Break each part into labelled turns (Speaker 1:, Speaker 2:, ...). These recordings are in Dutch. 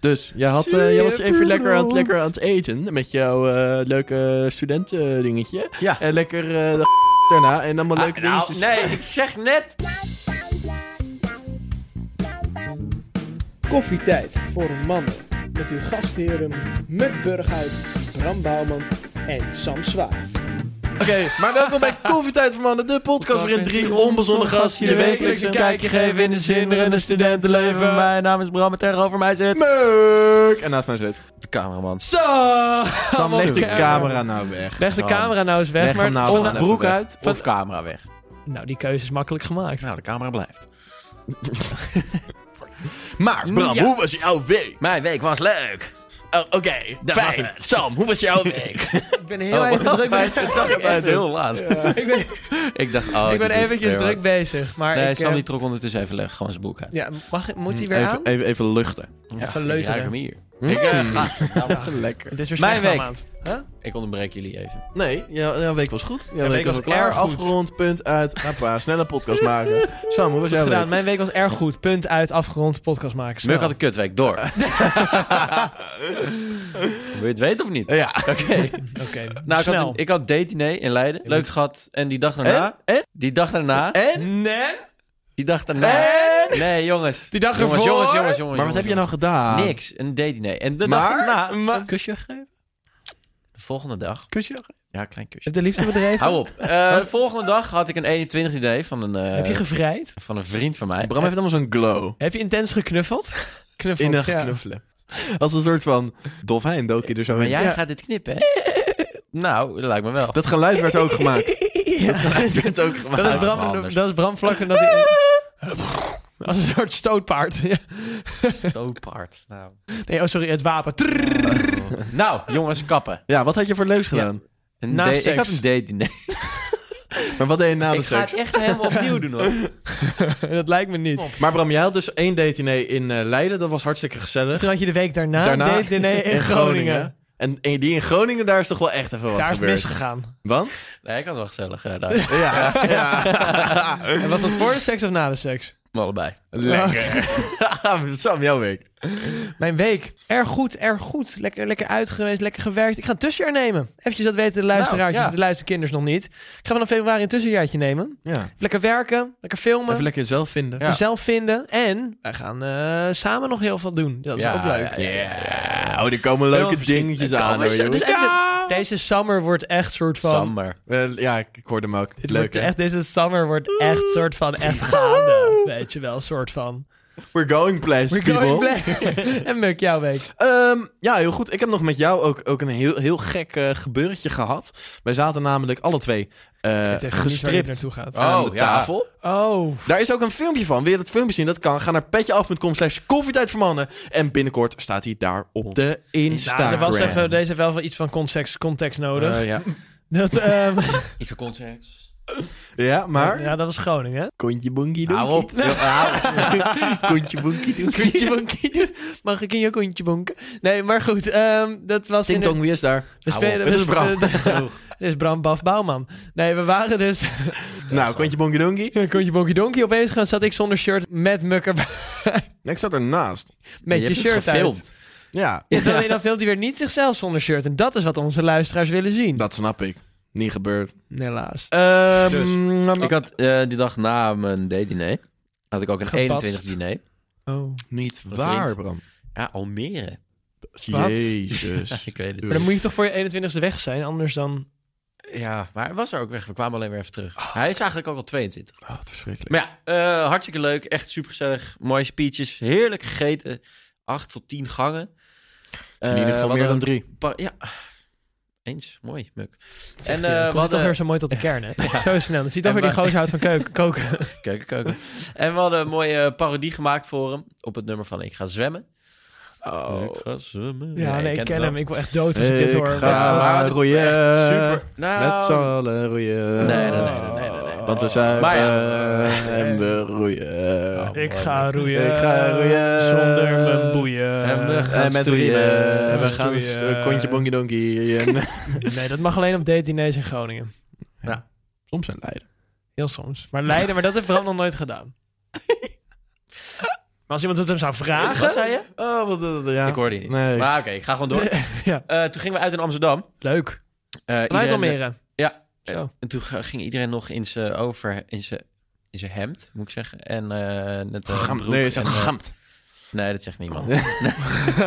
Speaker 1: Dus jij, had, eh, jij was even lekker aan, het, lekker aan het eten met jouw eh, leuke studentendingetje.
Speaker 2: Ja.
Speaker 1: En lekker eh, de daarna en allemaal leuke
Speaker 2: Ah, nou,
Speaker 1: dingetjes.
Speaker 2: nee, ik zeg net.
Speaker 3: Koffietijd voor mannen. Met uw gastheren Mutt Burghuis, Bram Bouwman en Sam Zwaar.
Speaker 1: Oké, maar welkom bij Koffietijd voor Mannen, de podcast waarin drie onbezonnen gasten
Speaker 2: Je
Speaker 1: je wekelijks
Speaker 2: wekelijkse
Speaker 1: een
Speaker 2: kijkje geven in de zinderende studentenleven. Mijn naam is Bram en tegenover mij zit...
Speaker 1: Meuk! En naast mij zit
Speaker 2: De cameraman.
Speaker 4: Zo!
Speaker 1: Sam, leg de
Speaker 4: Camera.
Speaker 1: camera nou weg.
Speaker 4: Leg de
Speaker 1: Sam.
Speaker 4: camera nou eens weg.
Speaker 1: Leg
Speaker 4: maar
Speaker 1: hem nou
Speaker 4: on-
Speaker 1: even
Speaker 2: Broek
Speaker 1: weg.
Speaker 2: uit of camera weg.
Speaker 4: Nou, die keuze is makkelijk gemaakt.
Speaker 2: Nou, de camera blijft.
Speaker 1: Maar Bram,
Speaker 2: Ja.
Speaker 1: hoe was jouw week?
Speaker 2: Mijn week was leuk.
Speaker 1: Oh, Oké,
Speaker 2: Dat was
Speaker 1: fijn.
Speaker 2: het.
Speaker 1: Sam, hoe was jouw week?
Speaker 3: Ik ben
Speaker 2: Oh,
Speaker 3: heel erg druk
Speaker 2: Maar het zag ik echt
Speaker 1: doen.
Speaker 2: heel laat.
Speaker 3: Ik ben,
Speaker 2: Ik dacht, oh,
Speaker 4: ik ben
Speaker 2: dit is
Speaker 4: eventjes
Speaker 2: weer
Speaker 4: druk
Speaker 2: wat.
Speaker 4: bezig, maar
Speaker 2: Nee,
Speaker 4: ik...
Speaker 2: Sam
Speaker 4: eh,
Speaker 2: die trok ondertussen even leeg, gewoon zijn boek uit.
Speaker 4: ja, mag, ik- moet hij weer aan?
Speaker 1: Even, even, even luchten.
Speaker 2: Ja,
Speaker 4: even
Speaker 2: ik
Speaker 4: leuteren.
Speaker 2: ruik hem hier. Ik, eh, ga.
Speaker 1: Hmm. Lekker.
Speaker 4: Het is weer
Speaker 2: Mijn
Speaker 4: mijn
Speaker 2: week.
Speaker 4: week. maand. Huh?
Speaker 2: ik onderbreek jullie even.
Speaker 1: Nee, jou- jouw week was goed. Jouw
Speaker 4: Mijn
Speaker 1: week was,
Speaker 4: week was
Speaker 1: klaar,
Speaker 4: erg goed.
Speaker 1: afgerond, punt uit. Hoppa, snel een podcast maken. Sam, hoe was
Speaker 4: Goed
Speaker 1: jouw
Speaker 4: gedaan.
Speaker 1: week?
Speaker 4: Mijn week was erg goed. Punt uit, afgerond, podcast maken. Snel.
Speaker 2: Muk had een kutweek, door. Wil je het weten of niet?
Speaker 1: Ja.
Speaker 2: Oké.
Speaker 4: Oké,
Speaker 2: Nou, ik had,
Speaker 4: snel.
Speaker 2: een- ik had datediner in Leiden. Leuk gehad. En die dag daarna...
Speaker 1: En? En?
Speaker 2: Die dag daarna...
Speaker 1: En?
Speaker 4: Nee?
Speaker 2: Die dag daarna...
Speaker 1: En?
Speaker 2: Nee, jongens.
Speaker 4: Die dag
Speaker 2: jongens,
Speaker 4: ervoor?
Speaker 2: Jongens, jongens, jongens.
Speaker 1: Maar wat heb je nou
Speaker 2: jongens,
Speaker 1: gedaan?
Speaker 2: jongens. Niks. Een datediner. En de
Speaker 1: Maar-
Speaker 2: dag daarna...
Speaker 4: Maar-
Speaker 1: Kusje gegeven?
Speaker 2: De volgende dag...
Speaker 1: Kusje?
Speaker 2: Ja, klein kusje.
Speaker 4: Heb de liefde bedreven?
Speaker 2: Hou op. Eh, de volgende dag had ik een 21-idee van, een, eh,
Speaker 4: Heb je gevrijd?
Speaker 2: van een vriend van mij.
Speaker 1: Bram heeft allemaal zo'n glow.
Speaker 4: Heb je intens geknuffeld? Knuffeld,
Speaker 1: In de
Speaker 4: ja.
Speaker 1: knuffelen. Als een soort van dolfijn dook je er zo
Speaker 2: Maar
Speaker 1: in.
Speaker 2: jij
Speaker 4: Ja.
Speaker 2: gaat dit knippen, hè? nou, dat lijkt me wel.
Speaker 1: Dat geluid werd ook gemaakt.
Speaker 4: Ja.
Speaker 1: Dat geluid werd ook gemaakt.
Speaker 4: Dat is
Speaker 2: dat is wel
Speaker 4: Bram,
Speaker 2: anders.
Speaker 4: dat is Bram vlak en dat hij... Als een soort stootpaard. Ja.
Speaker 2: Stootpaard. Nou.
Speaker 4: Nee, oh sorry, het wapen.
Speaker 2: nou, jongens, kappen.
Speaker 1: Ja, wat had je voor leuks gedaan?
Speaker 2: Een
Speaker 4: Na
Speaker 2: date-
Speaker 4: seks.
Speaker 2: ik had een datediner.
Speaker 1: Maar wat deed je na de
Speaker 2: ik ga
Speaker 1: seks?
Speaker 2: het echt helemaal opnieuw doen, hoor.
Speaker 4: dat lijkt me niet.
Speaker 1: Maar Bram, jij had dus één datediner in eh, Leiden. Dat was hartstikke gezellig.
Speaker 4: Toen had je de week daarna,
Speaker 1: Daarna
Speaker 4: een date diner E in, Groningen.
Speaker 1: En, en die in Groningen, daar is toch wel echt even wat
Speaker 4: Daar is
Speaker 1: gebeurd.
Speaker 4: misgegaan.
Speaker 1: Want?
Speaker 2: Nee, ik had het wel gezellig eh, daar.
Speaker 1: Ja. ja.
Speaker 4: En was dat voor de seks of na de seks?
Speaker 2: Allebei.
Speaker 1: Lekker. Sam, jouw week.
Speaker 4: Mijn week. Erg goed, erg goed. Lekker, lekker uit geweest, lekker gewerkt. Ik ga een tussenjaar nemen. Eventjes dat weten de luisteraartjes,
Speaker 2: Nou, ja.
Speaker 4: de luisterkinders nog niet. Ik ga vanaf februari een tussenjaartje nemen.
Speaker 1: Ja.
Speaker 4: Lekker werken, lekker filmen,
Speaker 1: Even lekker zelf vinden.
Speaker 2: Ja.
Speaker 4: mezelf vinden. En wij gaan eh, samen nog heel veel doen. Dat is
Speaker 2: Ja,
Speaker 4: ook leuk.
Speaker 2: ja,
Speaker 1: Ja. Oh, er komen leuke
Speaker 2: verschil-
Speaker 1: dingetjes
Speaker 2: er komen
Speaker 1: aan. Hoor,
Speaker 4: zo-
Speaker 1: jongens.
Speaker 4: dus echt-
Speaker 1: ja.
Speaker 4: Deze summer wordt echt soort van...
Speaker 2: Sam, maar...
Speaker 1: Eh, ja, ik ik hoorde hem ook.
Speaker 4: Dit
Speaker 1: Leuk,
Speaker 4: wordt
Speaker 1: hè?
Speaker 4: echt, deze summer wordt echt soort van echt gaande. Weet je wel, soort van...
Speaker 1: We're going places,
Speaker 4: We're
Speaker 1: people.
Speaker 4: going black. en Muk, jouw week.
Speaker 1: Ehm, ja, heel goed. Ik heb nog met jou ook, ook een heel, heel gek eh, gebeurtje gehad. Wij zaten namelijk alle twee eh,
Speaker 4: Ik weet echt niet waar dit
Speaker 1: gestript
Speaker 4: naartoe gaat.
Speaker 1: aan
Speaker 2: Oh,
Speaker 1: de
Speaker 2: ja.
Speaker 1: tafel.
Speaker 4: Oh.
Speaker 1: Daar is ook een filmpje van. Wil je dat filmpje zien? Dat kan. Ga naar petjeaf.com slash koffietijd voor mannen. En binnenkort staat hij daar op de Instagram.
Speaker 4: Nou, er was even, deze heeft wel wel iets van context, context nodig.
Speaker 1: Eh, ja.
Speaker 4: dat, ehm,
Speaker 2: Iets voor concerts.
Speaker 1: ja, maar...
Speaker 4: Ja, dat was Groningen.
Speaker 1: Kontje boenkie
Speaker 2: Hou op.
Speaker 1: Kontje boenkie doenkie.
Speaker 4: Koentje bonkie. Mag ik in je kontje bonken? Nee, maar goed. ehm, dat was...
Speaker 1: Ting
Speaker 4: in
Speaker 1: tong, wie is daar?
Speaker 4: We
Speaker 2: Hou op,
Speaker 4: spelen...
Speaker 1: dit
Speaker 4: we
Speaker 1: is Bram.
Speaker 4: spelen- Dit is Bram Baf Bouwman. Nee, we waren dus...
Speaker 1: Nou, kontje boenkie doenkie.
Speaker 4: kontje bonkie donkie. Opeens gaan, zat ik zonder shirt met Mukker
Speaker 1: Nee, Ik zat ernaast.
Speaker 4: met je, shirt uit.
Speaker 2: gefilmd.
Speaker 1: Ja,
Speaker 4: Ja, dan, dan filmt hij weer niet zichzelf zonder shirt. En dat is wat onze luisteraars willen zien.
Speaker 1: dat snap ik. Niet gebeurd.
Speaker 4: Helaas.
Speaker 1: Ehm,
Speaker 2: Dus,
Speaker 1: nam-
Speaker 2: Ik had eh, die dag na mijn date-diner... had ik ook een
Speaker 4: Gepatst.
Speaker 2: 21 diner.
Speaker 4: Oh.
Speaker 1: niet
Speaker 2: Een
Speaker 1: waar,
Speaker 2: vriend.
Speaker 1: Bram.
Speaker 2: Ja, Almere.
Speaker 4: Wat?
Speaker 1: Jezus.
Speaker 2: Ik weet
Speaker 4: Maar dan moet je toch voor je 21ste weg zijn, anders dan...
Speaker 2: Ja, maar hij was er ook weg. We kwamen alleen weer even terug. hij is eigenlijk ook al 22.
Speaker 1: Oh, wat verschrikkelijk.
Speaker 2: Oh. Maar ja, eh, hartstikke leuk. Echt supergezellig. Mooie speeches. Heerlijk gegeten. Acht tot tien gangen.
Speaker 1: Het is in ieder geval
Speaker 2: Eh, we
Speaker 1: meer dan
Speaker 2: hadden
Speaker 1: drie.
Speaker 2: een paar- Ja. Eens. Mooi, Muk.
Speaker 4: En
Speaker 2: En, eh,
Speaker 4: uh,
Speaker 2: we
Speaker 4: toch
Speaker 2: hadden-
Speaker 4: weer zo mooi tot de kern, hè? Zo snel. Dan zie je toch
Speaker 2: En
Speaker 4: weer die
Speaker 2: we-
Speaker 4: gozer houdt van keuken, koken.
Speaker 2: Keuken, keuken. en we hadden een mooie parodie gemaakt voor hem. Op het nummer van Ik ga zwemmen.
Speaker 4: Oh.
Speaker 2: Ik ga zwemmen.
Speaker 4: Ja, nee,
Speaker 2: je
Speaker 4: ik
Speaker 2: kent
Speaker 4: ken
Speaker 2: het
Speaker 4: hem.
Speaker 2: wel.
Speaker 4: Ik wil echt dood als ik dit hoor.
Speaker 2: ga-
Speaker 4: Maar-
Speaker 2: maar het is
Speaker 1: roeien.
Speaker 4: eh,
Speaker 2: Super. Nou,
Speaker 1: Met z'n allen roeien.
Speaker 2: Nee, nee, nee, nee, nee, nee, nee.
Speaker 1: Oh.
Speaker 4: Oh.
Speaker 1: Want we zuipen
Speaker 2: Maar
Speaker 1: en we roeien.
Speaker 2: Oh.
Speaker 4: Ik ga roeien.
Speaker 1: Ik ga roeien.
Speaker 4: Zonder mijn boeien.
Speaker 2: En we-
Speaker 1: En met
Speaker 2: Stoeien.
Speaker 1: roeien. En we
Speaker 4: Stoeien.
Speaker 1: gaan een stu- kontje bonkie donkie. En...
Speaker 4: Nee, dat mag alleen op date diners in Groningen.
Speaker 1: Soms zijn Leiden.
Speaker 4: Heel soms. Maar Leiden, maar dat heeft Bram nog nooit gedaan. als iemand het hem zou vragen...
Speaker 2: Wat zei je?
Speaker 1: Oh, wat, eh, ja.
Speaker 2: Ik hoorde je niet.
Speaker 1: Nee.
Speaker 2: Maar oké, ik ga gewoon door.
Speaker 4: Ja.
Speaker 2: Eh, toen gingen we uit in Amsterdam.
Speaker 4: Leuk.
Speaker 2: Eh,
Speaker 4: Blijf
Speaker 2: iedereen-
Speaker 4: Almere.
Speaker 2: Ja.
Speaker 4: Zo.
Speaker 2: En toen ga- ging iedereen nog in zijn over... In zijn in zijn hemd, moet ik zeggen. En eh net, eh,
Speaker 1: Gegamd.
Speaker 2: broek
Speaker 1: Nee, je zegt
Speaker 2: en, eh,
Speaker 1: gegamd.
Speaker 2: Nee, dat zegt niemand.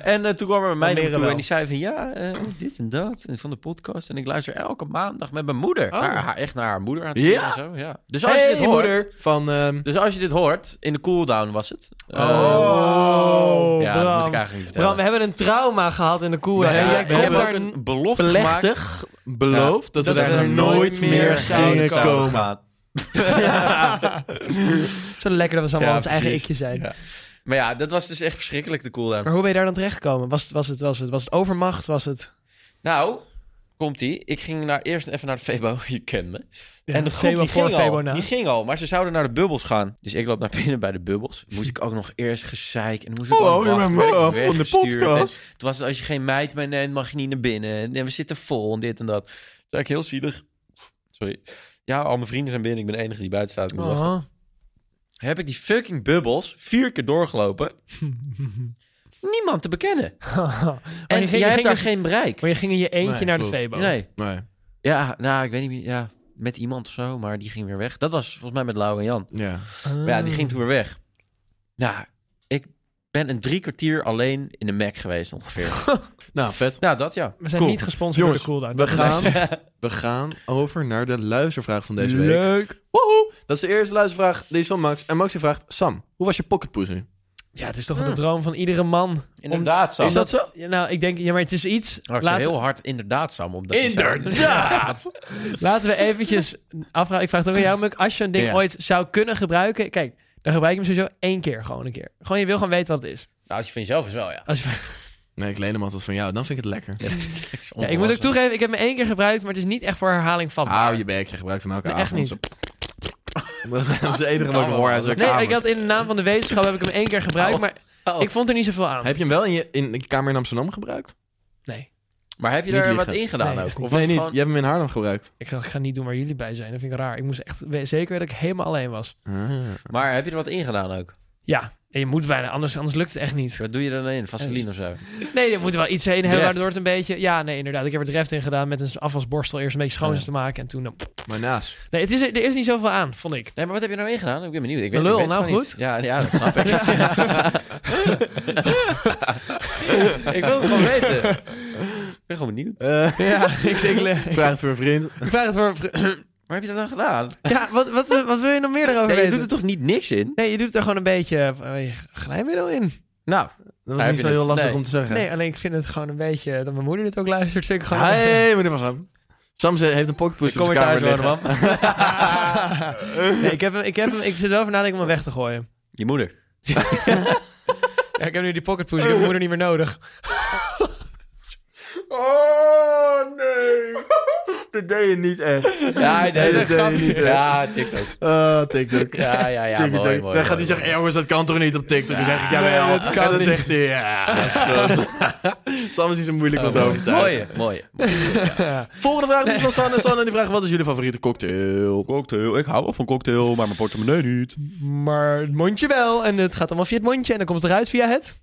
Speaker 2: en eh, toen kwam er bij mij naar
Speaker 4: Almere
Speaker 2: me toe
Speaker 4: wel.
Speaker 2: en die zei van... Ja, eh, dit en dat. En van de podcast. En ik luister elke maandag met mijn moeder.
Speaker 4: Oh.
Speaker 2: Haar, haar- echt naar haar moeder aan het
Speaker 1: Ja?
Speaker 2: sturen en zo. Ja. Dus als
Speaker 1: Hey,
Speaker 2: je dit hoort...
Speaker 1: moeder van... ehm,
Speaker 2: Dus als je dit hoort, in de cooldown was het. Eh,
Speaker 4: Oh,
Speaker 2: ja, dat moest ik
Speaker 4: Bram.
Speaker 2: eigenlijk niet vertellen.
Speaker 4: Bram, we hebben een trauma gehad in de koe.
Speaker 1: Ja,
Speaker 4: En
Speaker 2: Ja,
Speaker 4: jij
Speaker 1: we
Speaker 2: we
Speaker 4: komt
Speaker 2: hebben ook
Speaker 4: daar...
Speaker 2: een belofte gemaakt
Speaker 1: plechtig beloofd dat, we daar nooit meer gingen
Speaker 4: zouden
Speaker 1: komen.
Speaker 2: Gaan.
Speaker 4: Zo lekker dat we allemaal
Speaker 2: Ja,
Speaker 4: ons eigen
Speaker 2: precies.
Speaker 4: ikje zijn.
Speaker 2: Ja. Maar ja, dat was dus echt verschrikkelijk, de cooldown.
Speaker 4: Maar hoe ben je daar dan terechtgekomen? Was, het- was, het, was, het, was het overmacht? Was het...
Speaker 2: Nou, komt-ie. Ik ging naar, eerst even naar de Febo, je kent me.
Speaker 4: Ja,
Speaker 2: en de groep
Speaker 4: Febo
Speaker 2: die
Speaker 4: voor,
Speaker 2: ging,
Speaker 4: Febo
Speaker 2: al,
Speaker 4: na.
Speaker 2: die ging al, maar ze zouden naar de bubbels gaan. Dus ik loop naar binnen bij de bubbels. Moest ik ook nog eerst gezeik en moest ik
Speaker 1: Hallo,
Speaker 2: ook
Speaker 1: je
Speaker 2: wachten,
Speaker 1: bent
Speaker 2: werd ik
Speaker 1: me af van de
Speaker 2: weggestuurd.
Speaker 1: podcast.
Speaker 2: En Toen was het, als je geen meid meeneemt, mag je niet naar binnen. En we zitten vol en dit en dat. Toen zei ik heel zielig. Sorry. Ja, al mijn vrienden zijn binnen. Ik ben de enige die buiten staat. Ik moet lachen.
Speaker 4: Oh.
Speaker 2: Heb ik die fucking bubbels vier keer doorgelopen. Niemand te bekennen.
Speaker 1: Oh,
Speaker 2: En
Speaker 4: je ging- je
Speaker 2: jij hebt
Speaker 4: ging
Speaker 2: daar
Speaker 4: dus-
Speaker 2: geen bereik.
Speaker 4: Maar je ging in je eentje
Speaker 1: Nee,
Speaker 4: naar
Speaker 1: klopt.
Speaker 4: de Febo.
Speaker 2: Nee.
Speaker 1: Nee,
Speaker 2: Ja, nou, ik weet niet meer. Ja, met iemand of zo, maar die ging weer weg. Dat was volgens mij met Lau en Jan.
Speaker 1: ja.
Speaker 4: Ah.
Speaker 2: Maar ja, die ging toen weer weg. Nou, ik ben een drie kwartier alleen in de Mac geweest ongeveer.
Speaker 1: Nou, vet.
Speaker 2: nou, dat ja.
Speaker 4: We zijn
Speaker 1: Cool.
Speaker 4: niet gesponsord
Speaker 1: Jongens,
Speaker 4: door de
Speaker 1: We
Speaker 4: cooldown.
Speaker 1: gaan, we gaan over naar de luistervraag van deze week.
Speaker 4: Leuk.
Speaker 1: Woehoe! Dat is de eerste luistervraag. Die is van Max. En Max die vraagt... Sam, hoe was je pocketpoezen?
Speaker 4: Ja, het is toch wel de droom van iedere man.
Speaker 2: Inderdaad, Sam.
Speaker 1: Is dat zo?
Speaker 4: Ja, nou, ik denk, ja, maar het is iets.
Speaker 2: Oh, ik zei heel hard inderdaad, Sam. Omdat je zei-
Speaker 1: Inderdaad!
Speaker 4: Laten we eventjes afvragen. Ik vraag het ook aan jou, Muk. Als je een ding
Speaker 1: Ja.
Speaker 4: ooit zou kunnen gebruiken. Kijk, dan gebruik je hem sowieso één keer. Gewoon een keer. Gewoon, je wil gewoon weten wat het is.
Speaker 2: Nou, als je van jezelf is wel, ja.
Speaker 4: Als je-
Speaker 1: Nee, ik leen hem altijd van jou. Dan vind ik het lekker.
Speaker 4: ja, ik moet ook toegeven, ik heb hem één keer gebruikt. Maar het is niet echt voor herhaling van.
Speaker 1: Hou je bek. Je gebruikt hem elke
Speaker 4: Nee, echt
Speaker 1: avond. Zo- dat is het enige wat ik hoor uit zijn
Speaker 4: Nee,
Speaker 1: kamer.
Speaker 4: ik had in de naam van de wetenschap heb ik hem één keer gebruikt. Maar
Speaker 2: Oh.
Speaker 4: ik vond er niet zoveel aan.
Speaker 1: Heb je hem wel in, je, in de kamer in Amsterdam gebruikt?
Speaker 4: Nee.
Speaker 2: Maar heb je
Speaker 1: Niet
Speaker 2: er wat
Speaker 1: liegen.
Speaker 2: in gedaan
Speaker 4: Nee,
Speaker 2: ook?
Speaker 4: echt
Speaker 2: Of
Speaker 1: Of
Speaker 2: was
Speaker 1: nee,
Speaker 2: het
Speaker 1: niet.
Speaker 2: gewoon-
Speaker 1: Je hebt hem in Haarlem gebruikt.
Speaker 4: Ik dacht, ik ga niet doen waar jullie bij zijn. Dat vind ik raar. Ik moest echt we- zeker weten dat ik helemaal alleen was.
Speaker 2: Maar heb je er wat in gedaan ook?
Speaker 4: Ja, en je moet bijna, anders, anders lukt het echt niet.
Speaker 2: Wat doe je er dan in? Vaseline of zo?
Speaker 4: Nee, er moet wel iets heen hebben
Speaker 2: Dreft.
Speaker 4: waardoor het een beetje... Ja, nee, inderdaad. Ik heb er dreft in gedaan met een afwasborstel. Eerst een beetje schoon
Speaker 2: Ja.
Speaker 4: te maken en toen... Dan...
Speaker 1: Maar naast.
Speaker 4: Nee, het is, er er is niet zoveel aan, vond ik.
Speaker 2: Nee, maar wat heb je er nou in gedaan? Ik ben benieuwd. Ik
Speaker 4: Een
Speaker 2: weet,
Speaker 4: lul,
Speaker 2: ik weet het
Speaker 4: nou
Speaker 2: gewoon
Speaker 4: goed.
Speaker 2: niet. Ja, ja, dat snap ik. ik wil het gewoon weten. Ik ben gewoon benieuwd.
Speaker 1: Eh,
Speaker 4: Ja, ik, ik, ik
Speaker 1: vraag het voor een vriend.
Speaker 4: vraag het voor...
Speaker 2: Maar heb je dat dan gedaan?
Speaker 4: Ja, wat, wat, eh, wat wil je nog meer erover
Speaker 2: Nee, je
Speaker 4: weten?
Speaker 2: doet er toch niet niks in?
Speaker 4: Nee, je doet er gewoon een beetje eh, glijmiddel in.
Speaker 2: Nou,
Speaker 1: Dat
Speaker 2: Heb
Speaker 1: was niet
Speaker 2: je
Speaker 1: zo
Speaker 2: het?
Speaker 1: heel lastig
Speaker 2: Nee.
Speaker 1: om te zeggen.
Speaker 4: Nee, alleen ik vind het gewoon een beetje... Dat mijn moeder dit ook luistert, vind ik gewoon...
Speaker 1: Hey, meneer Van Sam. Sam ze- heeft een pocketpoes
Speaker 2: ik
Speaker 1: op
Speaker 2: kom
Speaker 1: zijn
Speaker 2: weer
Speaker 1: kamer
Speaker 2: thuis wonen,
Speaker 1: liggen.
Speaker 2: man.
Speaker 4: Nee, ik, heb hem, ik, heb hem, ik zit wel over nadenken om hem weg te gooien.
Speaker 2: Je moeder.
Speaker 4: Ja, ik heb nu die pocket push, ik heb mijn moeder niet meer nodig.
Speaker 1: Oh, nee. Dat deed je niet echt.
Speaker 2: Ja, nee,
Speaker 1: dat
Speaker 2: dat
Speaker 1: deed je niet echt.
Speaker 2: Ja, TikTok.
Speaker 1: Oh, TikTok.
Speaker 2: Ja, ja, ja.
Speaker 1: TikTok.
Speaker 2: mooi,
Speaker 1: dan
Speaker 2: mooi, mooi,
Speaker 1: gaat hij zeggen, "Eh, jongens, dat kan toch niet op TikTok? Dan zeg ik,
Speaker 4: Nee,
Speaker 1: jawel.
Speaker 4: dat kan
Speaker 1: en dan
Speaker 4: niet.
Speaker 1: zegt hij, ja, dat is goed. Sam is niet zo moeilijk om te overtuigen.
Speaker 2: Mooi, mooi.
Speaker 1: Volgende vraag is van Sanne. Sanne die vraagt, wat is jullie favoriete cocktail?
Speaker 2: Cocktail. Ik hou wel van cocktail, maar mijn portemonnee niet.
Speaker 4: Maar het mondje wel. En het gaat allemaal via het mondje. En dan komt het eruit via het...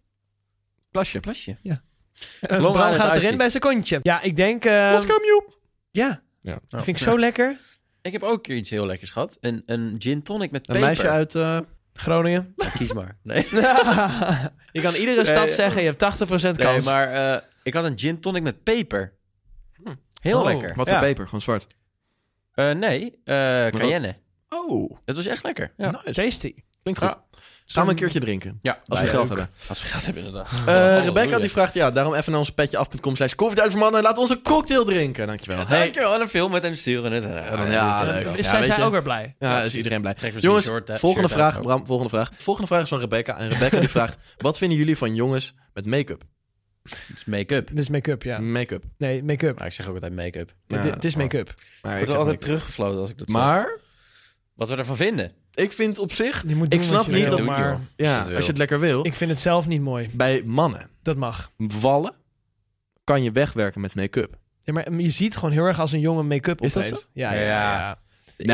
Speaker 1: Plasje.
Speaker 2: Plasje.
Speaker 4: Eh,
Speaker 2: Long
Speaker 4: Bram
Speaker 2: Island
Speaker 4: gaat
Speaker 2: Iced
Speaker 4: erin
Speaker 2: Tea.
Speaker 4: bij zijn kontje. Ja, ik denk... eh,
Speaker 1: Moskou Mule.
Speaker 4: ja,
Speaker 1: Ja.
Speaker 4: dat vind ik
Speaker 2: Oh.
Speaker 4: zo lekker.
Speaker 2: Ik heb ook een keer iets heel lekkers gehad. Een, een gin tonic met
Speaker 1: Een
Speaker 2: peper.
Speaker 1: meisje uit... eh,
Speaker 4: Groningen.
Speaker 2: Kies maar. Nee.
Speaker 4: je kan iedere stad
Speaker 2: Nee.
Speaker 4: zeggen, je hebt 80% kans.
Speaker 2: Nee, maar eh, ik had een gin tonic met peper. Hm, Heel
Speaker 4: Oh.
Speaker 2: lekker.
Speaker 1: Wat voor
Speaker 2: Ja.
Speaker 1: peper? Gewoon zwart.
Speaker 2: Eh, nee, eh, cayenne.
Speaker 1: Oh,
Speaker 2: Dat was echt lekker. Ja.
Speaker 1: nice.
Speaker 4: Tasty.
Speaker 1: Klinkt goed. Gaan we een keertje drinken.
Speaker 2: Ja,
Speaker 1: Als we
Speaker 2: wij
Speaker 1: geld
Speaker 2: ook.
Speaker 1: hebben.
Speaker 2: Als we geld hebben, inderdaad. Oh,
Speaker 1: Eh,
Speaker 2: Halleluja.
Speaker 1: Rebecca die vraagt, ja, daarom even naar ons petje af.com slash koffietijd voor mannen. Laat ons een cocktail drinken. Dankjewel. Hey.
Speaker 2: Dankjewel, en een film met hem sturen. Het.
Speaker 1: dan- ja, Ah, leuk. Ja,
Speaker 4: Dus zij
Speaker 1: weet
Speaker 4: zijn
Speaker 1: je.
Speaker 4: ook weer blij.
Speaker 1: Ja, is iedereen blij.
Speaker 2: Trek weer
Speaker 1: Jongens,
Speaker 2: zo'n shirt-
Speaker 1: volgende
Speaker 2: shirt
Speaker 1: vraag.
Speaker 2: uit ook.
Speaker 1: Bram, volgende vraag. Volgende vraag is van Rebecca. En Rebecca die vraagt, wat vinden jullie van jongens met make-up?
Speaker 2: Het is make-up.
Speaker 4: Dus make-up, ja.
Speaker 1: Make-up.
Speaker 4: Nee, make-up.
Speaker 2: Maar ik zeg ook altijd make-up. Ik
Speaker 1: Hmm. Ja, oh.
Speaker 4: het, het is make-up.
Speaker 1: maar ik
Speaker 2: word
Speaker 1: zeg
Speaker 2: altijd
Speaker 1: make-up.
Speaker 2: teruggefloten als ik dat zeg.
Speaker 1: Maar
Speaker 2: Wat we ervan vinden.
Speaker 1: ik vind op zich,
Speaker 4: Je moet doen
Speaker 1: ik snap
Speaker 4: wat je
Speaker 1: niet
Speaker 4: wil,
Speaker 1: dat...
Speaker 2: Doe het,
Speaker 4: maar
Speaker 2: joh.
Speaker 1: Ja,
Speaker 2: Als
Speaker 1: als
Speaker 2: je het
Speaker 1: je
Speaker 2: wil.
Speaker 1: het lekker wil.
Speaker 4: ik vind het zelf niet mooi.
Speaker 1: Bij mannen,
Speaker 4: Dat mag.
Speaker 1: wallen, kan je wegwerken met make-up.
Speaker 4: mm, Ja, maar je ziet gewoon heel erg als een jongen make-up op
Speaker 1: Is dat
Speaker 4: heeft.
Speaker 1: zo?
Speaker 4: Ja, ja, ja.
Speaker 2: Ja.
Speaker 4: ja.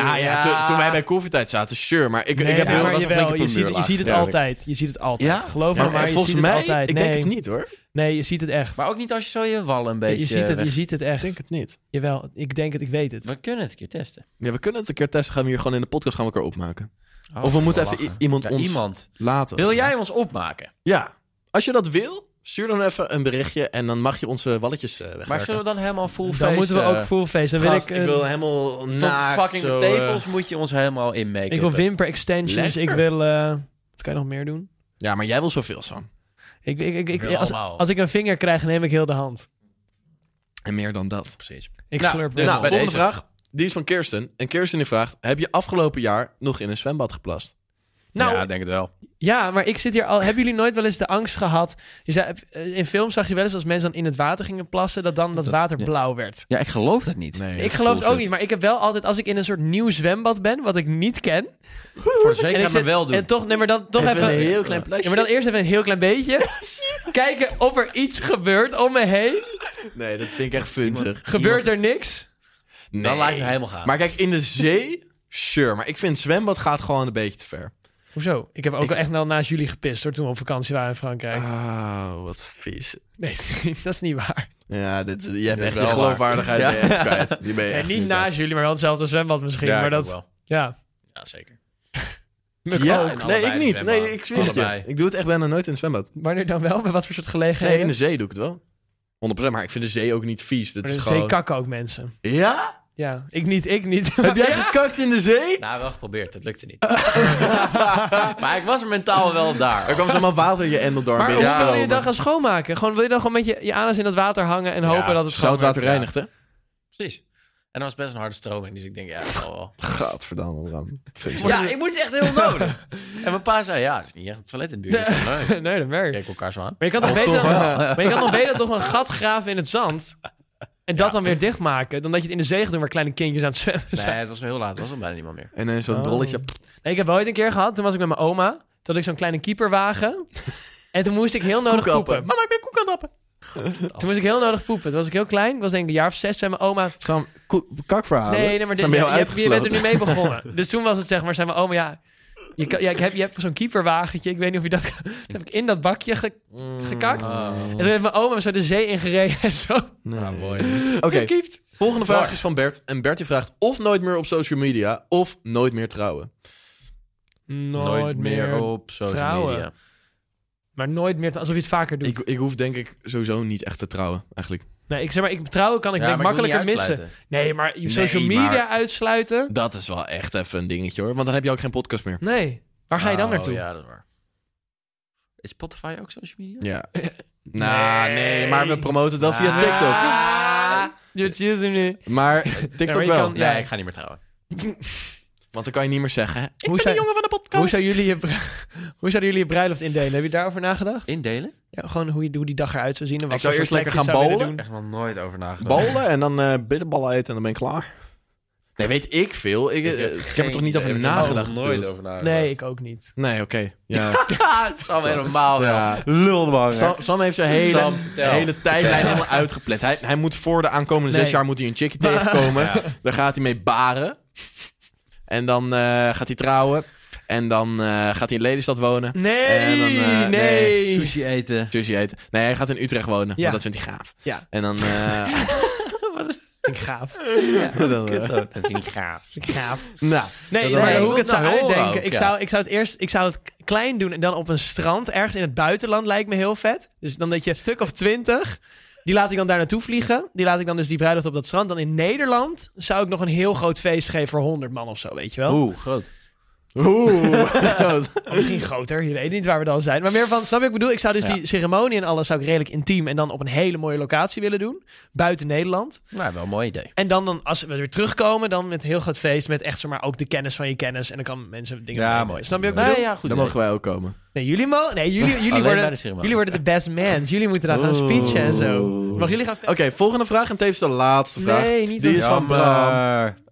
Speaker 1: Nou ja, toen- toen wij bij koffietijd zaten, sure. Maar ik,
Speaker 4: Nee,
Speaker 1: ik heb
Speaker 4: ja,
Speaker 1: heel
Speaker 4: maar
Speaker 1: was een
Speaker 4: jawel,
Speaker 1: flinke
Speaker 4: je, ziet, je
Speaker 1: primeurlaag.
Speaker 4: ziet het
Speaker 1: Ja.
Speaker 4: altijd. Je ziet het altijd.
Speaker 1: Ja?
Speaker 4: Geloof
Speaker 1: Ja,
Speaker 4: me, maar je
Speaker 1: volgens
Speaker 4: ziet
Speaker 1: mij,
Speaker 4: het altijd.
Speaker 1: ik
Speaker 4: Nee,
Speaker 1: denk het niet hoor. Ik
Speaker 4: Nee, je ziet het echt.
Speaker 2: Maar ook niet als je zo je wal een beetje...
Speaker 4: je, ziet het,
Speaker 2: weg-
Speaker 4: je ziet het echt.
Speaker 1: eh, denk het niet.
Speaker 4: Jawel, ik denk het, ik weet het.
Speaker 2: We kunnen het een keer testen.
Speaker 1: Ja, we kunnen het een keer testen. Gaan we hier gewoon in de podcast gaan we elkaar opmaken.
Speaker 2: Oh,
Speaker 1: of we moeten
Speaker 2: wel
Speaker 1: even i-
Speaker 2: lachen.
Speaker 1: iemand
Speaker 2: Ja,
Speaker 1: ons
Speaker 2: iemand.
Speaker 1: laten.
Speaker 2: Wil jij ons opmaken?
Speaker 1: Ja. Als je dat wil, stuur dan even een berichtje en dan mag je onze walletjes eh wegwerken.
Speaker 2: Maar zullen we dan helemaal full
Speaker 4: Dan
Speaker 2: face,
Speaker 4: moeten we
Speaker 2: eh,
Speaker 4: ook full face. Dan wil
Speaker 1: Gast,
Speaker 4: ik,
Speaker 1: ik
Speaker 4: een-
Speaker 1: wil helemaal
Speaker 2: Tot
Speaker 1: naakt
Speaker 2: fucking
Speaker 1: zo,
Speaker 2: de
Speaker 1: eh,
Speaker 2: tegels moet je ons helemaal in make
Speaker 4: ik wil wimper extensions. Ik
Speaker 1: Lekker.
Speaker 4: wil. eh, wat kan je nog meer doen?
Speaker 1: Ja, maar jij wil zoveel, Sam.
Speaker 4: Ik, ik, ik, ik-
Speaker 2: Wil
Speaker 4: als,
Speaker 2: allemaal.
Speaker 4: als ik een vinger krijg, neem ik heel de hand.
Speaker 1: En meer dan dat.
Speaker 2: Precies.
Speaker 4: Ik
Speaker 2: Nou,
Speaker 4: slurp
Speaker 2: dus
Speaker 4: wel.
Speaker 1: nou,
Speaker 2: bij
Speaker 1: volgende
Speaker 2: deze.
Speaker 1: vraag. Die is van Kirsten. En Kirsten die vraagt... Heb je afgelopen jaar nog in een zwembad geplast?
Speaker 4: Nou,
Speaker 2: ja, ik denk het wel.
Speaker 4: Ja, maar ik zit hier al. Hebben jullie nooit wel eens de angst gehad? Je zei, eh, in films zag je wel eens als mensen dan in het water gingen plassen, dat dan dat
Speaker 2: dat-
Speaker 4: water
Speaker 2: ja.
Speaker 4: blauw werd.
Speaker 2: Ja, ik geloof dat niet.
Speaker 1: Nee.
Speaker 4: Ik geloof het ook niet, maar ik heb wel altijd, als ik in een soort nieuw zwembad ben, wat ik niet ken.
Speaker 2: Voor de zekerheid
Speaker 4: en
Speaker 2: maar wel doen.
Speaker 4: En toch, nee, maar dan toch
Speaker 1: Even,
Speaker 4: even.
Speaker 1: een heel klein plasje.
Speaker 4: Ja, maar dan eerst even een heel klein beetje. kijken of er iets gebeurt om me heen.
Speaker 1: Nee, dat vind ik echt funzig.
Speaker 4: Gebeurt er niks?
Speaker 1: Nee.
Speaker 2: Dan laat je het helemaal gaan.
Speaker 1: Maar kijk, in de zee... Sure, maar ik vind zwembad gaat gewoon een beetje te ver.
Speaker 4: Hoezo? Ik heb ook
Speaker 1: Ik-
Speaker 4: wel echt wel naast jullie gepist hoor, toen we op vakantie waren in Frankrijk.
Speaker 2: Ah.
Speaker 1: Oh, wat vies.
Speaker 4: Nee, dat is niet waar.
Speaker 1: Ja, dit, je hebt
Speaker 2: is
Speaker 1: echt je
Speaker 2: wel waar.
Speaker 1: geloofwaardigheid
Speaker 2: Ja.
Speaker 1: ben je echt kwijt. Die ben je
Speaker 4: En
Speaker 1: echt
Speaker 4: niet
Speaker 1: kwijt.
Speaker 4: naast jullie, maar wel hetzelfde zwembad misschien.
Speaker 2: ja,
Speaker 4: maar
Speaker 2: ik ook
Speaker 4: dat,
Speaker 2: wel.
Speaker 4: ja.
Speaker 2: Ja, zeker.
Speaker 4: Muk
Speaker 1: ja,
Speaker 4: ook.
Speaker 1: nee,
Speaker 2: allebei
Speaker 1: ik
Speaker 2: de
Speaker 1: niet.
Speaker 2: zwembad.
Speaker 1: Nee, ik zweer het je.
Speaker 2: Allebei.
Speaker 1: Ik doe het echt bijna nooit in het zwembad.
Speaker 4: Wanneer dan wel? Bij wat voor soort
Speaker 1: Nee,
Speaker 4: gelegenheden?
Speaker 1: in de zee doe ik het wel. 100%, maar ik vind de zee ook niet vies. Dat
Speaker 4: Maar
Speaker 1: is
Speaker 4: in de
Speaker 1: gewoon...
Speaker 4: zee kakken ook mensen.
Speaker 1: Ja?
Speaker 4: Ja, ik niet, ik niet.
Speaker 1: Heb jij gekakt in de zee?
Speaker 2: Nou, wel geprobeerd. Het lukte niet. maar ik was er mentaal wel daar.
Speaker 1: Er kwam zomaar water in je endeldarm
Speaker 4: Maar hoe
Speaker 1: binnen.
Speaker 4: wil je dan gaan schoonmaken? Gewoon, wil je dan gewoon met je, je anus in dat water hangen en hopen
Speaker 2: Ja,
Speaker 4: dat het schoon
Speaker 1: Zoutwater
Speaker 4: werd?
Speaker 1: reinigt, hè?
Speaker 2: Precies. En dat was best een harde stroming, dus ik denk, ja, dat zal wel.
Speaker 1: Gadverdamme, Bram. Fuck.
Speaker 2: Ja, ik moest echt heel nodig. en mijn pa zei, ja, het is niet echt een toilet in de buurt. Ik zei, nee.
Speaker 4: Ja. nee, dat
Speaker 2: Ik
Speaker 4: werkt.
Speaker 2: keek elkaar zo aan.
Speaker 4: Maar je kan toch beter,
Speaker 1: toch,
Speaker 4: dan- maar je kan toch beter toch een gat graven in het zand en dat dan weer dichtmaken, dan dat je het in de zee gaat doen waar kleine kindjes aan het zwemmen zijn.
Speaker 2: Nee, het was wel heel laat. Het was al bijna niemand meer.
Speaker 1: En dan zo'n
Speaker 4: Oh.
Speaker 1: drolletje.
Speaker 4: Nee, ik heb wel ooit een keer gehad, toen was ik met mijn oma, toen had ik zo'n kleine keeperwagen en toen moest ik heel nodig poepen.
Speaker 1: Mama, ik ben koek aan het appen.
Speaker 4: Oh. Toen moest ik heel nodig poepen, toen was ik heel klein, ik was denk ik een jaar of zes, zei mijn oma,
Speaker 1: Sam, ko- kakverhalen.
Speaker 4: Nee, nee, maar dit,
Speaker 1: Zijn ben je al
Speaker 4: je, hebt- je bent er
Speaker 1: uitgesloten.
Speaker 4: nu mee begonnen. dus toen was het zeg maar, zei mijn oma, ja, je, kan, ja ik heb, je hebt zo'n keeperwagentje, ik weet niet of je dat kan. Toen heb ik in dat bakje ge- gekakt.
Speaker 2: Eh,
Speaker 1: Oh.
Speaker 4: En toen heeft mijn oma me zo de zee ingereden en zo
Speaker 1: Mm. Nee.
Speaker 2: Ah, mooi.
Speaker 1: Oké,
Speaker 4: gekiept.
Speaker 1: volgende vraag
Speaker 2: Waar?
Speaker 1: is van Bert. En Bert die vraagt of nooit meer op social media of nooit meer trouwen.
Speaker 4: Nooit, meer,
Speaker 2: op social
Speaker 4: trouwen.
Speaker 2: media.
Speaker 4: maar nooit meer, te- alsof je het vaker doet.
Speaker 1: Ik, ik hoef denk ik sowieso niet echt te trouwen, eigenlijk.
Speaker 4: nee, ik zeg maar, ik, trouwen kan ik
Speaker 2: Ja,
Speaker 4: denk
Speaker 2: maar ik wil
Speaker 4: makkelijker
Speaker 2: niet
Speaker 4: missen.
Speaker 2: uitsluiten.
Speaker 4: Nee, maar je social
Speaker 1: Nee,
Speaker 4: media
Speaker 1: maar-
Speaker 4: uitsluiten?
Speaker 1: Dat is wel echt even een dingetje hoor, want dan heb je ook geen podcast meer.
Speaker 4: Nee. Waar ga je dan
Speaker 2: Oh,
Speaker 4: naartoe?
Speaker 2: Ja, dat is waar. Is Spotify ook social media?
Speaker 1: Ja. Nou, nee, maar we promoten het wel via
Speaker 2: Ah.
Speaker 1: TikTok.
Speaker 4: Ah, je choose me. Nee,
Speaker 1: Maar TikTok
Speaker 4: maar je
Speaker 1: wel.
Speaker 4: kan-
Speaker 2: Nee,
Speaker 4: Ja.
Speaker 2: ik ga niet meer trouwen.
Speaker 1: Want dan kan je niet meer zeggen, hè?
Speaker 4: Hoe zou-
Speaker 1: van de podcast.
Speaker 4: Hoe, zou jullie je, bru- hoe zouden jullie je bruiloft indelen? Heb je daarover nagedacht?
Speaker 2: Indelen?
Speaker 4: Ja, gewoon hoe, je, hoe die dag eruit zou zien. En wat
Speaker 1: Ik zou
Speaker 4: voor
Speaker 1: eerst
Speaker 4: soort
Speaker 1: lekker
Speaker 4: plekjes
Speaker 1: gaan
Speaker 4: zou willen
Speaker 1: bowlen.
Speaker 2: Echt nog nooit over nagedacht.
Speaker 1: Ballen en dan eh bitterballen eten en dan ben ik klaar. Nee, weet ik veel. Ik, eh, ik heb er toch niet over nagedacht.
Speaker 2: nooit
Speaker 1: bedoeld?
Speaker 2: over nagedacht.
Speaker 4: doen. Nee, ik ook niet.
Speaker 1: Nee, oké. Ja.
Speaker 2: Ah, Sam helemaal wel.
Speaker 1: Ja.
Speaker 2: Lul man.
Speaker 1: Sam, Sam heeft zijn hele,
Speaker 2: Sam, vertel.
Speaker 1: hele tijdlijn helemaal uitgeplet. Hij, hij moet voor de aankomende
Speaker 4: Nee.
Speaker 1: zes jaar moet hij een chickie tegenkomen. Daar gaat hij mee baren. En dan eh, gaat hij trouwen. En dan eh, gaat hij in Lelystad wonen. En
Speaker 4: Nee,
Speaker 1: dan, eh,
Speaker 4: nee.
Speaker 2: Sushi eten.
Speaker 1: Sushi eten. Nee, hij gaat in Utrecht wonen.
Speaker 4: Ja.
Speaker 1: Want dat vindt hij gaaf.
Speaker 4: Ja,
Speaker 1: En dan... eh,
Speaker 4: ik gaaf.
Speaker 1: dan, eh,
Speaker 2: Kut ook. Dat vind ik gaaf.
Speaker 4: Ik gaaf.
Speaker 1: nou,
Speaker 4: Nee,
Speaker 1: dat
Speaker 4: maar
Speaker 1: dan-
Speaker 2: ik
Speaker 4: hoe
Speaker 2: wil
Speaker 4: ik het
Speaker 2: het
Speaker 4: zou
Speaker 2: nou horen
Speaker 4: uitdenken.
Speaker 2: ook,
Speaker 4: ik,
Speaker 2: ja.
Speaker 4: zou, ik zou het eerst ik zou het k- klein doen en dan op een strand, ergens in het buitenland, lijkt me heel vet. Dus dan dat je een stuk of twintig, die laat ik dan daar naartoe vliegen. Die laat ik dan dus die bruiloft op dat strand. Dan in Nederland zou ik nog een heel groot feest geven voor honderd man of zo, weet
Speaker 1: Oh,
Speaker 4: je wel.
Speaker 2: Oeh, groot.
Speaker 1: Oeh.
Speaker 4: Of Misschien groter, je weet niet waar we dan zijn. Maar meer van, snap je wat ik bedoel? Ik zou dus
Speaker 2: Ja.
Speaker 4: die ceremonie en alles zou ik redelijk intiem en dan op een hele mooie locatie willen doen. Buiten Nederland.
Speaker 2: Nou, wel een mooi idee.
Speaker 4: En dan, dan als we weer terugkomen, dan met een heel groot feest. Met echt zomaar ook de kennis van je kennis. En dan kan mensen dingen
Speaker 2: Ja,
Speaker 4: meenemen.
Speaker 2: mooi.
Speaker 4: Snap je wat ik
Speaker 2: Nee,
Speaker 4: bedoel?
Speaker 2: ja, goed
Speaker 1: dan mogen wij ook komen.
Speaker 4: Nee, jullie, mo nee, jullie, jullie,
Speaker 2: Alleen bij de
Speaker 4: worden,
Speaker 2: ceremonie.
Speaker 4: jullie worden de best mans. Jullie moeten daar gaan speechen en zo. Mag jullie gaan
Speaker 1: Oké,
Speaker 4: feesten?
Speaker 1: volgende vraag. En tevens de laatste vraag.
Speaker 4: Nee, niet
Speaker 1: Die
Speaker 4: dat-
Speaker 1: is van
Speaker 2: Jammer.
Speaker 1: Bram.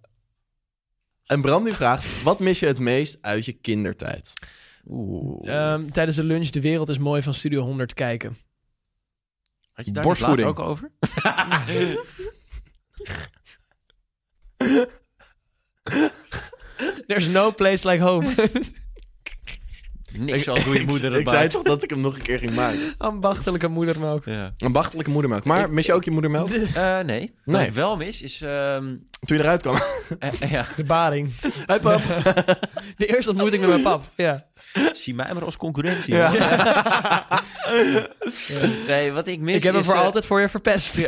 Speaker 1: En Bram die vraagt... Wat mis je het meest uit je kindertijd?
Speaker 2: Oeh.
Speaker 4: Ehm, tijdens de lunch De Wereld is Mooi van Studio 100 kijken.
Speaker 2: Had je daar
Speaker 1: borstvoeding.
Speaker 2: borstvoeding ook over?
Speaker 4: There's no place like home.
Speaker 2: Niks als hoe je
Speaker 1: ik,
Speaker 2: moeder
Speaker 1: ik
Speaker 2: erbij.
Speaker 1: zei toch dat ik hem nog een keer ging maken.
Speaker 4: Ambachtelijke moedermelk.
Speaker 2: Ja.
Speaker 1: Een bachtelijke moedermelk. Maar mis je ook je moedermelk?
Speaker 4: De,
Speaker 2: Eh, nee. Wat
Speaker 1: Nee.
Speaker 2: ik wel mis is... ehm,
Speaker 1: Toen je eruit kwam.
Speaker 2: eh, eh, ja,
Speaker 4: de baring.
Speaker 1: Hey pap.
Speaker 4: De eerste ontmoeting met mijn pap. Ja.
Speaker 2: zie mij maar als concurrentie.
Speaker 1: Ja.
Speaker 2: hoor. Nee, wat ik mis
Speaker 4: Ik heb hem
Speaker 2: is,
Speaker 4: voor
Speaker 2: eh,
Speaker 4: altijd voor je verpest.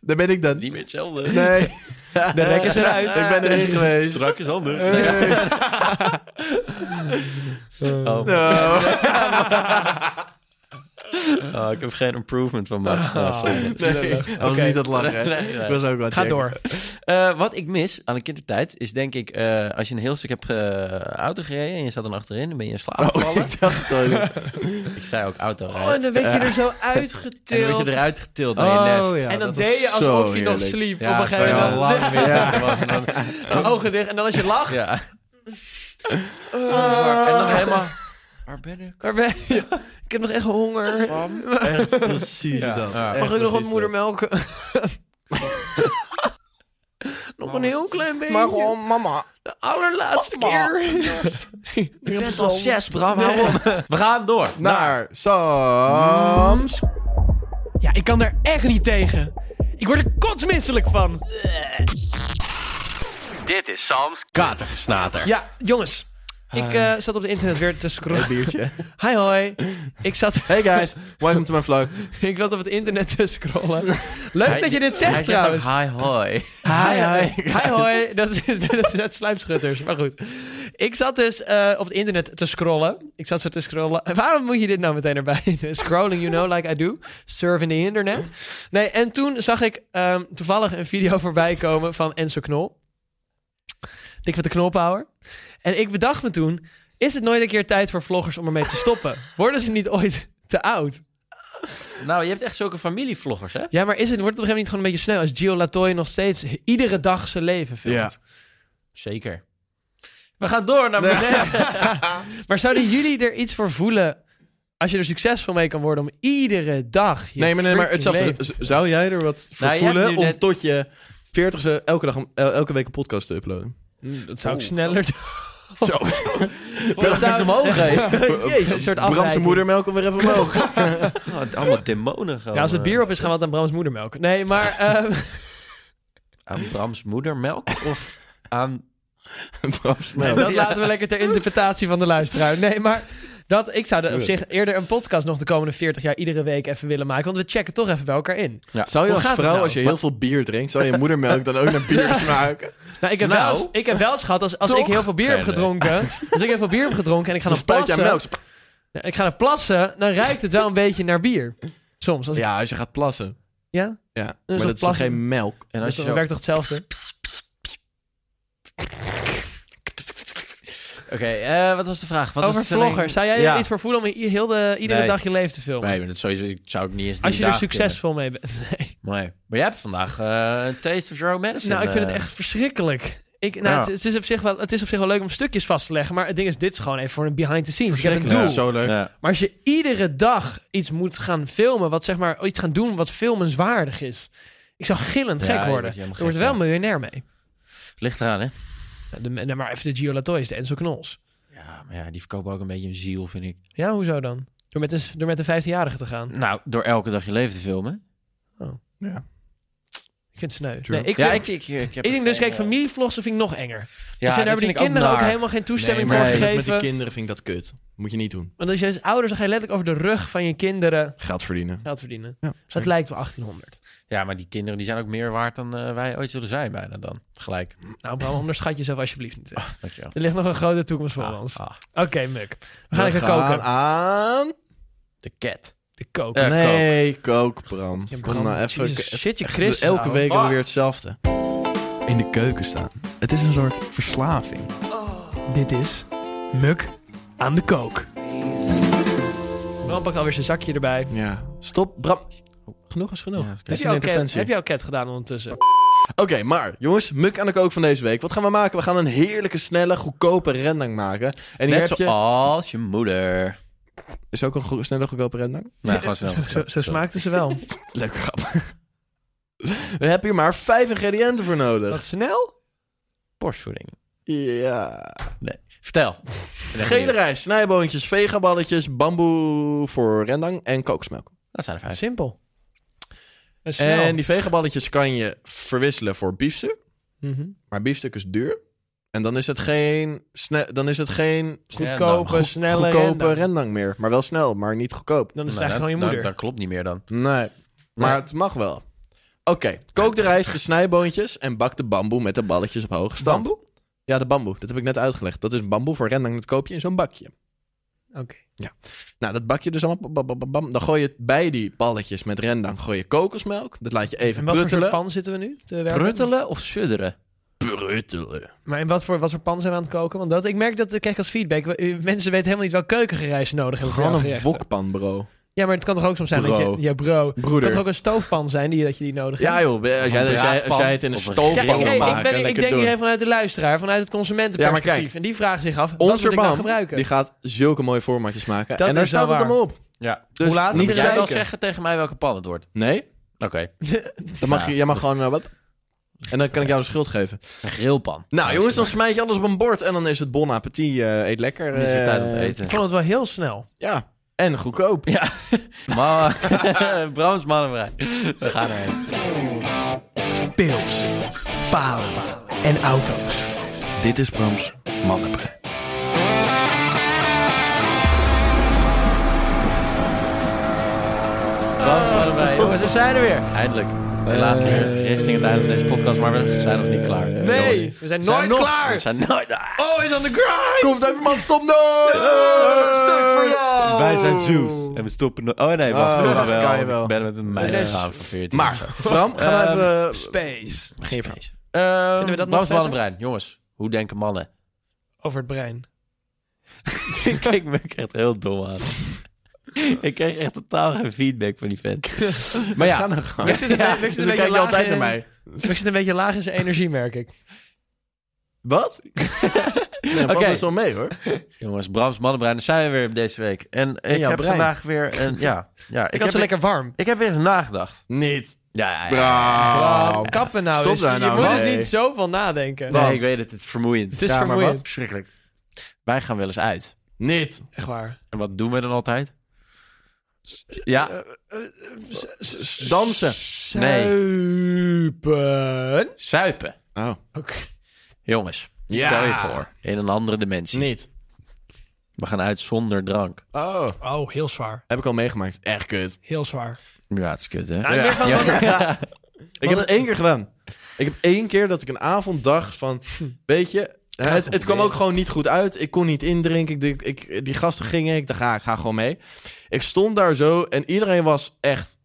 Speaker 1: Daar ben ik dan.
Speaker 2: Niet meer hetzelfde.
Speaker 1: Nee.
Speaker 4: De rek is eruit.
Speaker 1: Ik ben erin geweest.
Speaker 2: Strak is anders.
Speaker 1: Hey.
Speaker 2: Oh.
Speaker 1: Nou.
Speaker 2: Oh, ik heb geen improvement van
Speaker 1: Ah.
Speaker 2: Max. Oh, sorry.
Speaker 1: Nee, dat was
Speaker 4: Oké.
Speaker 1: niet dat lachen. hè?
Speaker 2: Nee, nee.
Speaker 1: Ik was ook wel
Speaker 4: Ga door.
Speaker 2: Eh, wat ik mis aan de kindertijd is denk ik... eh, als je een heel stuk hebt eh, auto gereden en je zat dan achterin... dan ben je in slaap
Speaker 1: Oh,
Speaker 2: gevallen.
Speaker 1: ik dacht al.
Speaker 2: Ik zei ook auto rijden.
Speaker 4: Oh, en dan werd je er zo
Speaker 2: en dan word
Speaker 4: uitgetild.
Speaker 2: je eruit getild naar je nest.
Speaker 4: En dan deed je alsof je nog sliep. op
Speaker 2: terwijl
Speaker 4: een gegeven
Speaker 2: je al
Speaker 4: moment.
Speaker 2: lang wist dat er was. En dan,
Speaker 4: De Ogen dicht. En dan als je lacht.
Speaker 2: ja. Oh, en dan helemaal... Waar ben ik?
Speaker 4: Waar ben je? Ik heb nog echt honger.
Speaker 1: Echt precies dat.
Speaker 2: Ja.
Speaker 1: Echt
Speaker 4: Mag ik nog
Speaker 1: precies
Speaker 4: wat
Speaker 1: dat.
Speaker 4: moedermelk? nog een heel klein beetje.
Speaker 1: Maar gewoon, mama.
Speaker 4: De allerlaatste
Speaker 1: Mama.
Speaker 4: keer.
Speaker 1: Je bent
Speaker 2: zes, Bram. Hou op. We gaan door.
Speaker 1: Naar Sam's.
Speaker 4: Ja, ik kan daar echt niet tegen. Ik word er kotsmisselijk van.
Speaker 5: Dit is Sam's
Speaker 2: Katergesnater.
Speaker 4: Ja, jongens. Ik eh, zat op het internet weer te scrollen.
Speaker 1: Biertje.
Speaker 4: Hi hoi. Ik zat,
Speaker 1: Hey guys, welcome to my vlog.
Speaker 4: ik zat op het internet te scrollen. Leuk dat je dit zegt
Speaker 2: Hij zegt ook
Speaker 4: trouwens.
Speaker 2: hi hoi.
Speaker 1: hi.
Speaker 4: Hi hoi, dat is dat is net sluipschutters, maar goed. Ik zat dus eh, op het internet te scrollen. Ik zat zo te scrollen. Waarom moet je dit nou meteen erbij? Scrolling, you know, like I do. Surfing the internet. Nee, en toen zag ik ehm, toevallig een video voorbij komen van Enzo Knol. Dik van de Knolpower. En ik bedacht me toen, is het nooit een keer tijd voor vloggers om ermee te stoppen? Worden ze niet ooit te oud?
Speaker 2: Nou, je hebt echt zulke familievloggers, hè?
Speaker 4: Ja, maar is het, wordt het op een gegeven moment niet gewoon een beetje snel als Gio Latoy nog steeds iedere dag zijn leven filmt?
Speaker 2: Zeker. We gaan door naar beneden.
Speaker 4: Maar zouden jullie er iets voor voelen als je er succesvol mee kan worden om iedere dag je
Speaker 1: Nee, maar, nee, maar
Speaker 4: freaking
Speaker 1: hetzelfde.
Speaker 4: leven-
Speaker 1: Z- Zou jij er wat voor
Speaker 2: Nou, je hebt
Speaker 1: voelen
Speaker 2: nu
Speaker 1: om
Speaker 2: net-
Speaker 1: tot je 40ste elke, dag, een- el- elke week een podcast te uploaden?
Speaker 4: Dat zou ik sneller doen.
Speaker 1: Zo.
Speaker 2: Dat
Speaker 4: zou-
Speaker 2: is omhoog, hè?
Speaker 4: Een
Speaker 2: Jezus.
Speaker 4: soort
Speaker 1: Bramse
Speaker 4: afwijking.
Speaker 1: moedermelk alweer even omhoog.
Speaker 2: Oh, allemaal demonen gewoon.
Speaker 4: Ja, als het bier op is, gaan we altijd aan Brams moedermelk. Nee, maar ehm,
Speaker 2: Aan Brams moedermelk? Of aan...
Speaker 1: Bramse
Speaker 4: dat
Speaker 1: melk.
Speaker 4: laten we lekker ter interpretatie van de luisteraar. Nee, maar dat, ik zou er op zich eerder een podcast nog de komende 40 jaar iedere week even willen maken. Want we checken toch even bij elkaar in.
Speaker 1: Zou je
Speaker 4: Hoe
Speaker 1: als
Speaker 4: gaat het
Speaker 1: vrouw,
Speaker 4: nou?
Speaker 1: als je heel veel bier drinkt, zou je moedermelk dan ook naar bier smaken?
Speaker 4: Nou, ik heb,
Speaker 2: Nou.
Speaker 4: wel, eens, ik heb wel eens gehad, als, als
Speaker 1: Toch?
Speaker 4: ik heel veel bier heb
Speaker 2: Nee, nee.
Speaker 4: gedronken. Als ik heel veel bier heb gedronken en ik ga
Speaker 1: Dan
Speaker 4: naar
Speaker 1: spuit je aan
Speaker 4: plassen.
Speaker 1: melk.
Speaker 4: Ja, ik ga naar plassen, dan ruikt het wel een beetje naar bier. Soms. Als ik-
Speaker 1: Ja, als je gaat plassen.
Speaker 4: ja?
Speaker 1: Ja,
Speaker 4: Dus
Speaker 1: maar dat
Speaker 4: dat
Speaker 1: is toch
Speaker 4: plassen-
Speaker 1: geen melk?
Speaker 2: En
Speaker 4: Dat
Speaker 2: als je zo...
Speaker 4: werkt toch hetzelfde?
Speaker 2: Oké, eh, wat was de vraag? Wat
Speaker 4: Over
Speaker 2: was de stelling?
Speaker 4: vloggers. Zou jij er
Speaker 2: Ja.
Speaker 4: iets voor voelen om i- heel de, iedere
Speaker 2: Nee.
Speaker 4: dag je leven te filmen?
Speaker 2: Nee, maar dat sowieso zou ik niet eens
Speaker 4: Als
Speaker 2: drie
Speaker 4: je er
Speaker 2: dagen
Speaker 4: succesvol mee bent. Nee.
Speaker 2: kunnen. Nee. Maar jij hebt vandaag eh, een Taste of Your Own Medicine.
Speaker 4: Nou, ik vind
Speaker 2: eh,
Speaker 4: het echt verschrikkelijk. Ik, nou,
Speaker 2: Ja.
Speaker 4: het, het is op zich wel, het is op zich wel leuk om stukjes vast te leggen. Maar het ding is, dit is gewoon even voor een behind the scenes. Ik heb een
Speaker 1: Ja,
Speaker 4: doel.
Speaker 1: zo leuk.
Speaker 2: ja.
Speaker 4: Maar als je iedere dag iets moet gaan filmen, wat zeg maar, iets gaan doen wat filmenswaardig is. Ik zou gillend
Speaker 2: Ja, je
Speaker 4: gek
Speaker 2: wordt
Speaker 4: worden. Je
Speaker 2: helemaal
Speaker 4: wordt er
Speaker 2: gek,
Speaker 4: wel
Speaker 2: ja.
Speaker 4: miljonair mee.
Speaker 2: Ligt eraan, hè?
Speaker 4: Nou, de- nou, maar even de Gio Latois, de Enzo Knols.
Speaker 2: Ja, maar ja, die verkopen ook een beetje een ziel, vind ik.
Speaker 4: Ja, hoezo dan? Door met een, door met een 15-jarige te gaan.
Speaker 2: Nou, door elke dag je leven te filmen.
Speaker 1: Ja.
Speaker 4: Ik vind het sneu.
Speaker 1: True.
Speaker 4: Nee, ik,
Speaker 2: ja,
Speaker 4: vind-
Speaker 2: ik, ik, ik, heb
Speaker 4: ik denk dus,
Speaker 2: geen,
Speaker 4: kijk,
Speaker 2: eh,
Speaker 4: familievlogs vind ik nog enger.
Speaker 2: Ja,
Speaker 4: dus daar
Speaker 2: dat
Speaker 4: hebben die
Speaker 2: vind ik
Speaker 4: kinderen ook,
Speaker 2: naar.
Speaker 4: helemaal geen toestemming
Speaker 2: Nee, maar-
Speaker 4: voor
Speaker 1: Met die
Speaker 4: gegeven.
Speaker 1: kinderen vind ik dat kut. Moet je niet doen.
Speaker 4: Want als je als ouders, dan ga je letterlijk over de rug van je kinderen
Speaker 1: Geld verdienen.
Speaker 4: geld verdienen. Dus
Speaker 1: Ja,
Speaker 4: Dat
Speaker 1: zeker.
Speaker 4: lijkt wel 1800.
Speaker 2: Ja, maar die kinderen die zijn ook meer waard dan eh, wij ooit zullen zijn bijna dan. Gelijk. Ah,
Speaker 4: Nou, Bram, onderschat jezelf alsjeblieft niet. Er
Speaker 2: Dankjewel.
Speaker 4: ligt nog een grote toekomst voor
Speaker 2: Ah,
Speaker 4: ons.
Speaker 2: ah,
Speaker 4: Oké, Muk. We gaan lekker koken.
Speaker 1: aan...
Speaker 2: de cat.
Speaker 4: De koken.
Speaker 2: Eh,
Speaker 1: nee, kook, Bram.
Speaker 4: Ja, Bram,
Speaker 1: Kom nou even.
Speaker 4: Jezus,
Speaker 1: Het-
Speaker 4: shit, je
Speaker 1: echt,
Speaker 4: Christus,
Speaker 1: Elke
Speaker 4: ouwe.
Speaker 1: week alweer hetzelfde. In de keuken staan. Het is een soort verslaving.
Speaker 4: Eh, Dit is Muk aan de kook. Bram pakt alweer zijn zakje erbij.
Speaker 1: Ja. Stop, Bram. Genoeg is genoeg. Dit
Speaker 4: Heb
Speaker 1: is
Speaker 4: je,
Speaker 1: een
Speaker 4: al cat,
Speaker 1: interventie.
Speaker 4: heb je al cat gedaan ondertussen?
Speaker 1: Oké, maar jongens, muk aan de kook van deze week. Wat gaan we maken? We gaan een heerlijke, snelle, goedkope rendang maken. En hier
Speaker 2: Net
Speaker 1: heb je...
Speaker 2: zoals je moeder.
Speaker 1: Is ook een goe- snelle, goedkope rendang?
Speaker 2: Nou, gewoon snel.
Speaker 4: Zo, zo smaakten ze wel.
Speaker 1: Leuke grap. we hebben hier maar vijf ingrediënten voor nodig.
Speaker 4: Wat snel?
Speaker 2: Borstvoeding.
Speaker 1: Ja.
Speaker 2: Vertel.
Speaker 1: Gele rijst, snijboontjes, vegaballetjes, bamboe voor rendang en kokosmelk.
Speaker 2: Dat zijn er vijf.
Speaker 4: Simpel. En snel.
Speaker 1: En die vegaballetjes kan je verwisselen voor biefstuk.
Speaker 4: Mhm.
Speaker 1: Maar biefstuk is duur. En dan is het geen, sne- dan is het geen
Speaker 4: Goedkope,
Speaker 2: Goed-
Speaker 4: snelle
Speaker 1: goedkope rendang.
Speaker 4: rendang.
Speaker 1: meer. Maar wel snel, maar niet goedkoop.
Speaker 4: Dan is het
Speaker 2: Nou,
Speaker 4: eigenlijk gewoon je
Speaker 2: dat-
Speaker 4: moeder.
Speaker 2: Dat, dat klopt niet meer dan.
Speaker 1: Nee, maar het mag wel. Oké, kook de rijst, de snijboontjes en bak de bamboe met de balletjes op hoge stand.
Speaker 4: Bamboe?
Speaker 1: Ja, de bamboe. Dat heb ik net uitgelegd. Dat is bamboe voor rendang. Dat koop je in zo'n bakje.
Speaker 4: Oké.
Speaker 1: Nou, dat bak je dus allemaal. bam, bam, bam, bam. Dan gooi je het bij die balletjes met rendang. Gooi je kokosmelk. Dat laat je even
Speaker 4: En wat voor soort
Speaker 1: pruttelen.
Speaker 4: pan zitten we nu te werken?
Speaker 2: Pruttelen of sudderen?
Speaker 1: Pruttelen.
Speaker 4: Maar in wat voor, wat voor pan zijn we aan het koken? Want dat, ik merk dat, ik krijg als feedback, we- eh, mensen weten helemaal niet wel keukengereis nodig hebben voor
Speaker 1: Gewoon
Speaker 4: jouw
Speaker 1: een
Speaker 4: gerechten.
Speaker 1: wokpan, bro.
Speaker 4: Ja, maar het kan toch ook soms zijn dat
Speaker 1: Bro.
Speaker 4: je... Ja, bro. Het kan
Speaker 1: Broeder.
Speaker 4: toch ook een stoofpan zijn die, dat je die nodig hebt?
Speaker 1: Ja, joh. Als jij, als jij, als jij het in een
Speaker 2: Of een
Speaker 1: stoofpan
Speaker 4: Ja, ik,
Speaker 1: wil
Speaker 4: ik,
Speaker 1: maken,
Speaker 4: ik, ben, ik
Speaker 1: lekker
Speaker 4: denk
Speaker 1: doen.
Speaker 4: hier even vanuit de luisteraar, vanuit het consumentenperspectief.
Speaker 1: Ja, maar kijk.
Speaker 4: en die vragen zich af, wat moet
Speaker 1: Onze
Speaker 4: ik nou
Speaker 1: bam,
Speaker 4: gebruiken?
Speaker 1: die gaat zulke mooie formatjes maken.
Speaker 4: Dat
Speaker 1: en daar
Speaker 4: is wel
Speaker 1: staat het
Speaker 4: waar.
Speaker 1: allemaal op.
Speaker 2: Ja.
Speaker 1: Dus
Speaker 4: Hoe laat
Speaker 1: niet
Speaker 4: moet
Speaker 2: Moet jij wel
Speaker 1: zeiken.
Speaker 2: zeggen tegen mij welke pan het wordt?
Speaker 1: Nee,
Speaker 2: Oké.
Speaker 1: dan mag je, jij mag gewoon... eh, wat? En dan kan ik jou de schuld geven.
Speaker 2: Een grillpan.
Speaker 1: Nou jongens, dan smijt je alles op een bord. En dan is het bon appetit. eh, eet lekker.
Speaker 2: Dan is het weer
Speaker 1: eh,
Speaker 2: tijd om te eten.
Speaker 4: Ik vond het wel heel snel.
Speaker 1: Ja, en goedkoop.
Speaker 2: Mama. Brams mannenvrij. We gaan erheen.
Speaker 4: Pils, palen en auto's.
Speaker 1: Dit is Brams Mannenbrein.
Speaker 2: Brams mannenvrij. Jongens, we Oh, zijn er weer. Eindelijk. Helaas weer richting het einde van deze podcast, maar we zijn nog niet klaar.
Speaker 4: Nee,
Speaker 2: Jongens,
Speaker 4: we zijn
Speaker 2: Eh. we zijn
Speaker 4: nooit
Speaker 2: nog-
Speaker 4: klaar.
Speaker 2: We zijn nooit... Ah,
Speaker 4: Oh, is on the grind!
Speaker 1: Komt even man, stop nou! nooit!
Speaker 2: Eh, stuk voor jou! Wij zijn Zeus. En we stoppen nooit... Oh nee, wacht.
Speaker 1: Oh,
Speaker 2: dat
Speaker 1: wacht,
Speaker 2: wel.
Speaker 1: kan je wel.
Speaker 2: Ik ben met een meisje
Speaker 4: zijn-
Speaker 2: gegaan van 14.
Speaker 1: Maar, Bram, gaan we even...
Speaker 4: Space.
Speaker 1: Begin je verhaal.
Speaker 2: Ehm,
Speaker 4: Vinden we dat nog
Speaker 2: Brams
Speaker 4: vetter?
Speaker 2: mannenbrein. Jongens, hoe denken mannen?
Speaker 4: Over het brein.
Speaker 2: Ik keek me ook echt heel dom aan. ik kreeg echt totaal geen feedback van die vent. maar ja,
Speaker 1: Ga nou gewoon.
Speaker 4: Ik zit een,
Speaker 2: Ja,
Speaker 4: be- ik
Speaker 1: Dus
Speaker 4: zit een
Speaker 1: dan
Speaker 4: beetje
Speaker 1: kijk je
Speaker 4: laag
Speaker 1: altijd
Speaker 4: in-
Speaker 1: naar mij.
Speaker 4: Ik zit een beetje laag in zijn energie, merk ik.
Speaker 1: Wat? Nee,
Speaker 2: Oké.
Speaker 1: Bram is wel mee hoor.
Speaker 2: jongens, Brams Mannenbrein, daar zijn we weer deze week. En ik
Speaker 1: jouw
Speaker 2: heb
Speaker 1: brein.
Speaker 2: vandaag weer een... Ja, ja ik,
Speaker 4: Ik
Speaker 2: heb
Speaker 4: had ze lekker warm.
Speaker 2: ik heb weer eens nagedacht.
Speaker 1: Niet.
Speaker 2: Ja, ja, ja.
Speaker 1: Bram.
Speaker 2: Eh,
Speaker 4: Wow, kappen nou
Speaker 1: Oh. Stop
Speaker 4: eens.
Speaker 1: daar
Speaker 4: Je
Speaker 1: nou
Speaker 4: moet
Speaker 1: mee.
Speaker 4: dus niet zoveel nadenken.
Speaker 1: Wat?
Speaker 2: Nee, ik weet het, het is vermoeiend.
Speaker 4: Het is
Speaker 1: Ja, maar
Speaker 4: vermoeiend.
Speaker 1: wat?
Speaker 2: verschrikkelijk. Wij gaan wel eens uit.
Speaker 1: Niet.
Speaker 4: Echt waar.
Speaker 2: En wat doen we dan altijd? Ja,
Speaker 1: Dansen.
Speaker 2: Nee.
Speaker 4: Suipen.
Speaker 2: suipen.
Speaker 1: Oh.
Speaker 4: Oké.
Speaker 2: Jongens,
Speaker 1: Ja.
Speaker 2: stel je voor. In een andere dimensie.
Speaker 1: Niet.
Speaker 2: We gaan uit zonder drank.
Speaker 1: Oh.
Speaker 4: Oh, heel zwaar.
Speaker 1: Heb ik al meegemaakt. Echt kut.
Speaker 4: Heel zwaar.
Speaker 2: Ja, het is kut, hè?
Speaker 4: Nou, ik
Speaker 1: Ja.
Speaker 4: ben van-
Speaker 1: Ik heb het één keer gedaan. Ik heb één keer dat ik een avond dacht van... Weet je, het, het kwam ook gewoon niet goed uit. Ik kon niet indrinken. Ik, denk, ik, die gasten gingen. Ik dacht, ga, ik ga gewoon mee. Ik stond daar zo en iedereen was echt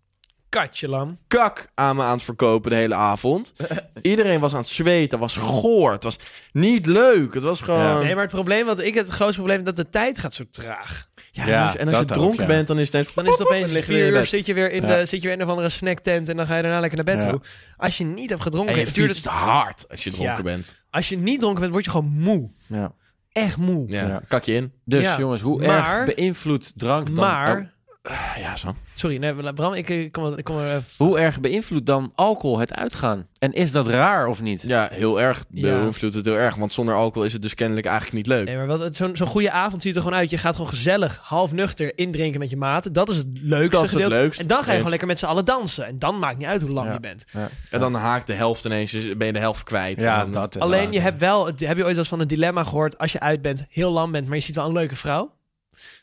Speaker 4: Katje lam.
Speaker 1: kak aan me aan het verkopen de hele avond. Iedereen was aan het zweten, was goor. Het was niet leuk. Het was
Speaker 2: Ja.
Speaker 1: gewoon...
Speaker 4: Nee, maar het probleem wat ik het grootste probleem is dat de tijd gaat zo traag.
Speaker 1: Ja,
Speaker 2: Ja,
Speaker 1: en als, en als je
Speaker 2: dat ook,
Speaker 1: dronken
Speaker 2: ja.
Speaker 1: bent, dan is het
Speaker 4: Dan is het opeens
Speaker 1: liggen
Speaker 4: vier
Speaker 1: weer in
Speaker 4: uur,
Speaker 1: bed.
Speaker 4: zit je weer in
Speaker 2: Ja.
Speaker 4: de, zit je weer een of andere snacktent en dan ga je daarna lekker naar bed
Speaker 2: Ja.
Speaker 4: toe. Als je niet hebt gedronken,
Speaker 1: En je
Speaker 4: het duurt
Speaker 1: fietst hard als je dronken
Speaker 4: Ja.
Speaker 1: bent.
Speaker 4: het- als je niet dronken bent, word je gewoon moe.
Speaker 2: Ja.
Speaker 4: Echt moe.
Speaker 1: Ja,
Speaker 2: Ja.
Speaker 1: kak je in.
Speaker 2: Dus
Speaker 4: Ja,
Speaker 2: jongens, hoe
Speaker 4: maar-
Speaker 2: erg beïnvloedt drank dan...
Speaker 4: maar,
Speaker 2: Oh,
Speaker 1: Ah, ja, Sam.
Speaker 4: sorry, nee, Bram, ik eh, kom, wel- ik kom er even...
Speaker 2: Oh, hoe erg beïnvloedt dan alcohol het uitgaan? En is dat raar of niet?
Speaker 1: Ja, heel erg
Speaker 4: Ja.
Speaker 1: beïnvloedt het heel erg. Want zonder alcohol is het dus kennelijk eigenlijk niet leuk.
Speaker 4: Nee, maar wat het- zo'n zo'n goede avond ziet er gewoon uit. Je gaat gewoon gezellig, half nuchter, indrinken met je maten. Dat is het leukste
Speaker 1: Dat is het
Speaker 4: gedeelte.
Speaker 1: leukste.
Speaker 4: En dan ga je
Speaker 1: Eens.
Speaker 4: gewoon lekker met z'n allen dansen. En dan maakt niet uit hoe lang
Speaker 2: Ja.
Speaker 4: je bent.
Speaker 1: En dan haakt de helft ineens, dus ben je de helft kwijt. En dan-
Speaker 4: Alleen je hebt wel, het- heb je ooit wel eens van een dilemma gehoord als je uit bent, heel lam bent, maar je ziet wel een leuke vrouw?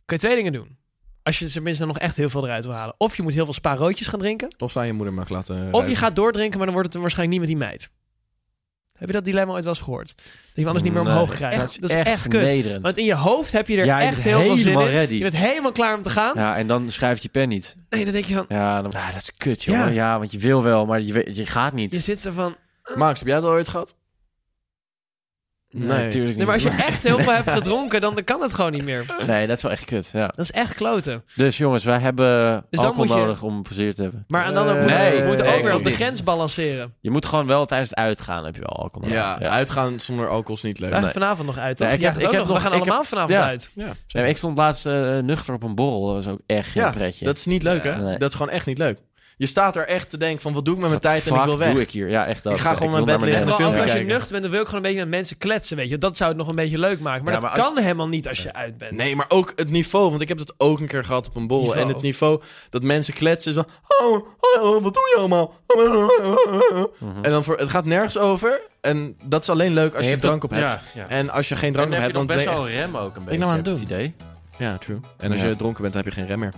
Speaker 4: Kun je twee dingen doen. Als je tenminste nog echt heel veel eruit wil halen. Of je moet heel veel spaarroodjes gaan drinken.
Speaker 1: Of zou je moeder mag laten
Speaker 4: Of je
Speaker 1: ruiken.
Speaker 4: gaat doordrinken, maar dan wordt het waarschijnlijk niet met die meid. Heb je dat dilemma ooit wel eens gehoord? Dat je hem anders niet meer omhoog krijgt.
Speaker 2: Dat is
Speaker 4: dat
Speaker 2: echt,
Speaker 4: echt kut.
Speaker 2: vernederend.
Speaker 4: Want in je hoofd heb je er
Speaker 2: Ja, je
Speaker 4: echt
Speaker 2: bent
Speaker 4: heel veel zin
Speaker 2: helemaal
Speaker 4: in.
Speaker 2: ready.
Speaker 4: Je bent helemaal klaar om te gaan.
Speaker 2: Ja, en dan schrijft je pen niet.
Speaker 4: Nee, dan denk je van,
Speaker 2: Ja, dan, ja, dat is kut,
Speaker 4: Ja.
Speaker 2: jongen. Ja. want je wil wel, maar je, weet- je gaat niet.
Speaker 4: je zit zo van...
Speaker 1: Max, heb jij het al ooit gehad? Nee.
Speaker 2: natuurlijk
Speaker 4: Nee,
Speaker 2: niet.
Speaker 4: maar als je echt heel veel hebt gedronken, dan kan het gewoon niet meer.
Speaker 2: Nee, dat is wel echt kut, ja.
Speaker 4: Dat is echt kloten.
Speaker 2: Dus jongens, wij hebben
Speaker 4: Dus dan
Speaker 2: alcohol
Speaker 4: moet je-
Speaker 2: nodig om plezier te hebben.
Speaker 4: Maar aan de andere
Speaker 1: Eh,
Speaker 4: moet,
Speaker 2: nee,
Speaker 4: moet
Speaker 2: nee,
Speaker 4: ook weer op
Speaker 2: klopt
Speaker 4: de
Speaker 2: niet.
Speaker 4: grens balanceren.
Speaker 2: Je moet gewoon wel tijdens het uitgaan heb je wel alcohol nodig.
Speaker 1: Ja, uitgaan zonder alcohol is niet leuk.
Speaker 4: Wij gaan
Speaker 2: Eh, Nee.
Speaker 4: vanavond nog uit, toch?
Speaker 2: Ja, ik
Speaker 4: Jij
Speaker 2: heb-
Speaker 4: gaat
Speaker 2: ik
Speaker 4: ook
Speaker 2: heb
Speaker 4: nog- we
Speaker 2: nog-
Speaker 4: gaan
Speaker 2: ik
Speaker 4: allemaal
Speaker 2: heb-
Speaker 4: vanavond
Speaker 2: ja.
Speaker 4: uit.
Speaker 1: Ja,
Speaker 2: Nee, maar ik stond laatst eh, nuchter op een borrel. Dat was ook echt geen
Speaker 1: Ja,
Speaker 2: pretje.
Speaker 1: dat is niet leuk, hè?
Speaker 2: Nee.
Speaker 1: Dat is gewoon echt niet leuk. Je staat er echt te denken van, wat doe ik met mijn tijd en
Speaker 2: Fuck
Speaker 1: ik wil weg.
Speaker 2: doe ik hier? Ja, echt dat.
Speaker 1: Ik ga gewoon
Speaker 2: wil
Speaker 1: mijn
Speaker 2: naar
Speaker 1: bed
Speaker 4: En
Speaker 1: liggen.
Speaker 2: beneden.
Speaker 1: Echt
Speaker 4: vooral ook
Speaker 1: filmpje
Speaker 4: als je
Speaker 1: kijken.
Speaker 4: nuchter bent, dan wil ik gewoon een beetje met mensen kletsen, weet je. Dat zou het nog een beetje leuk maken. Maar
Speaker 2: Ja,
Speaker 4: dat
Speaker 2: maar als-
Speaker 4: kan helemaal niet als je uit bent.
Speaker 1: Nee, maar ook het niveau. Want ik heb het ook een keer gehad op een bol.
Speaker 4: Niveau.
Speaker 1: En het niveau dat mensen kletsen is van... Oh, oh, oh, wat doe je allemaal? En dan voor, het gaat nergens over. En dat is alleen leuk als
Speaker 2: En
Speaker 1: je,
Speaker 2: je hebt
Speaker 1: drank op
Speaker 2: dat-
Speaker 1: hebt.
Speaker 2: ja, ja.
Speaker 1: En als je geen drank
Speaker 2: Dan
Speaker 1: op
Speaker 2: heb
Speaker 1: hebt,
Speaker 2: je
Speaker 1: dan...
Speaker 2: nog best
Speaker 1: ben je
Speaker 2: wel een rem ook een beetje.
Speaker 1: nou aan
Speaker 2: heb
Speaker 1: het
Speaker 2: ik het idee.
Speaker 1: echt- Ja, true. En als
Speaker 2: Ja.
Speaker 1: je dronken bent, dan heb je geen rem meer.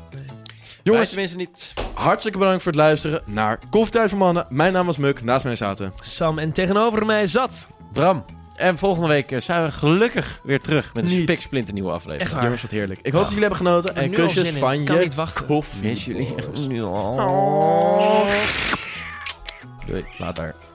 Speaker 2: Jongens,
Speaker 1: Jongens,
Speaker 2: tenminste niet.
Speaker 1: hartstikke bedankt voor het luisteren naar Koffietijd voor Mannen. Mijn naam was Muk, naast mij zaten...
Speaker 4: Sam, en tegenover mij zat.
Speaker 2: Bram. En volgende week eh, zijn we gelukkig weer terug met een
Speaker 1: Niet.
Speaker 2: spiksplinter nieuwe
Speaker 4: Echt
Speaker 2: aflevering.
Speaker 4: waar.
Speaker 1: Jongens, wat heerlijk. Ik hoop dat jullie hebben genoten.
Speaker 4: heb
Speaker 1: En
Speaker 4: nu al
Speaker 1: kusjes
Speaker 4: zin in.
Speaker 1: van
Speaker 4: Ik kan
Speaker 1: je
Speaker 4: niet wachten.
Speaker 1: koffie.
Speaker 2: Mis jullie echt nu al.
Speaker 1: Oh.
Speaker 2: Doei, later.